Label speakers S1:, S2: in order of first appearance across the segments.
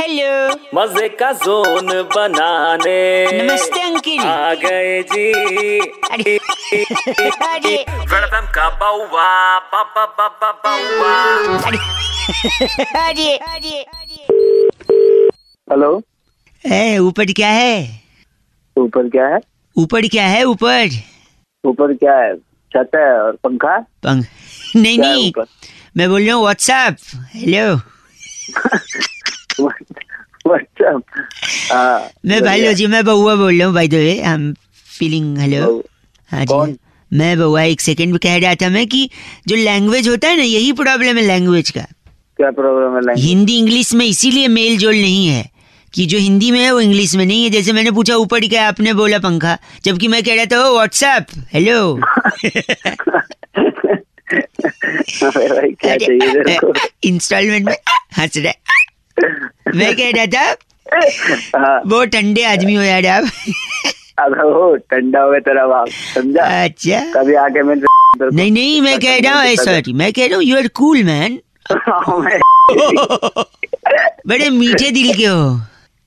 S1: Hello
S2: मजे का zone बनाने
S1: नमस्ते अंकिल
S3: Ah.
S2: आ गए जी
S1: अरे अरे
S2: वेलकम का बउआ बाबा बाबा बउआ
S1: अरे अरे
S3: हेलो
S1: ए, ऊपर क्या है
S3: ऊपर क्या है
S1: ऊपर क्या है ऊपर
S3: ऊपर क्या है छत है और पंखा
S1: पंख नहीं
S3: क्या है
S1: नहीं
S3: ऊपर
S1: मैं बोल रहा हूँ व्हाट्सएप हेलो
S3: व्हाट्सएप हाँ
S1: मैं भाई लो जी मैं बउआ बोल रहा हूँ भाई दो आई एम फीलिंग हेलो
S3: बउ-
S1: हाँ जी
S3: कौन?
S1: मैं बउआ एक सेकंड में कह रहा था मैं कि जो लैंग्वेज होता है ना यही प्रॉब्लम है लैंग्वेज का
S3: क्या प्रॉब्लम है लाइन
S1: हिंदी इंग्लिश में इसीलिए मेल जोल नहीं है कि जो हिंदी में है वो इंग्लिश में नहीं है जैसे मैंने पूछा ऊपर क्या है, आपने बोला पंखा जबकि मैं कह रहा था "Oh, व्हाट्सएप हेलो
S3: अरे भाई क्या चाहिए तेरे को
S1: इंस्टॉलमेंट में हंस रहा है। मैं कह रहा था
S3: हाँ
S1: वो ठंडे आदमी हो यार आप
S3: अब वो ठंडा हो गया तेरा बाप समझा
S1: अच्छा
S3: कभी आके मैं तेरे को-
S1: नहीं नहीं मैं कह रहा हूँ सॉरी मैं कह रहा हूँ यू आर कूल मैन
S3: हाँ, मैं-
S1: बड़े मीठे दिल के हो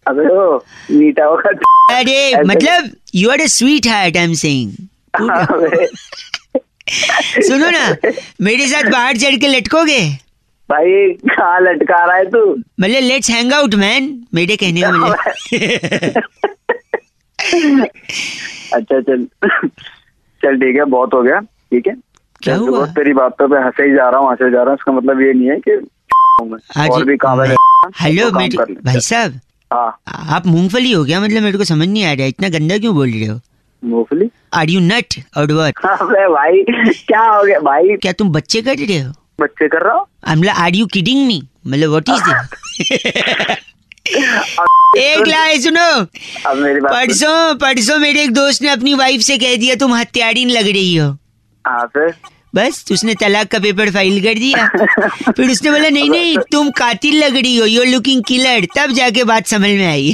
S3: अबे वो मीठा होगा
S1: अरे
S3: ऐसे-
S1: मतलब you are a sweetheart I am saying
S3: अबे,
S1: सुनो ना मेरे साथ बाहर चढ़ के लटकोगे
S3: भाई कहाँ लटका रहा है तू
S1: मतलब लेट्स हैंग आउट मैन मेरे कहने का मतलब
S3: अच्छा चल चल ठीक है बहुत हो गया ठीक है
S1: क्या
S3: चल, तो
S1: हुआ?
S3: बस तेरी बातों पे हंसे ही जा रहा हूँ हंसे ही जा रहा हूँ इसका मतलब ये नहीं है कि हूँ मैं।
S1: हाँ
S3: और
S1: जी,
S3: भी काम है
S1: हेलो
S3: काम
S1: मेरे
S3: कर लेंगे।
S1: भाई साहब
S3: हाँ
S1: आप मूंगफली हो गया मतलब मेरे को समझ नहीं आ रहा है, इतना गंदा क्यों बोल रहे हो
S3: मूंगफली
S1: आर यू नट और what?
S3: अबे भाई क्या हो गया भाई
S1: क्या तुम बच्चे कर रहे हो
S3: बच्चे कर रहा हूँ
S1: I am are you kidding me मतलब व्हाट इज दिस एक लाए सुनो
S3: अब मेरी बात सुन।
S1: परसों परसों मेरे एक दोस्त ने अपनी वाइफ से कह दिया तुम हत्यारीन लग रही हो
S3: हाँ फिर
S1: बस उसने तलाक का पेपर फाइल कर दिया फिर उसने बोला नहीं नहीं तुम कातिल लग रही हो यू लुकिंग किलर तब जाके बात समझ में आई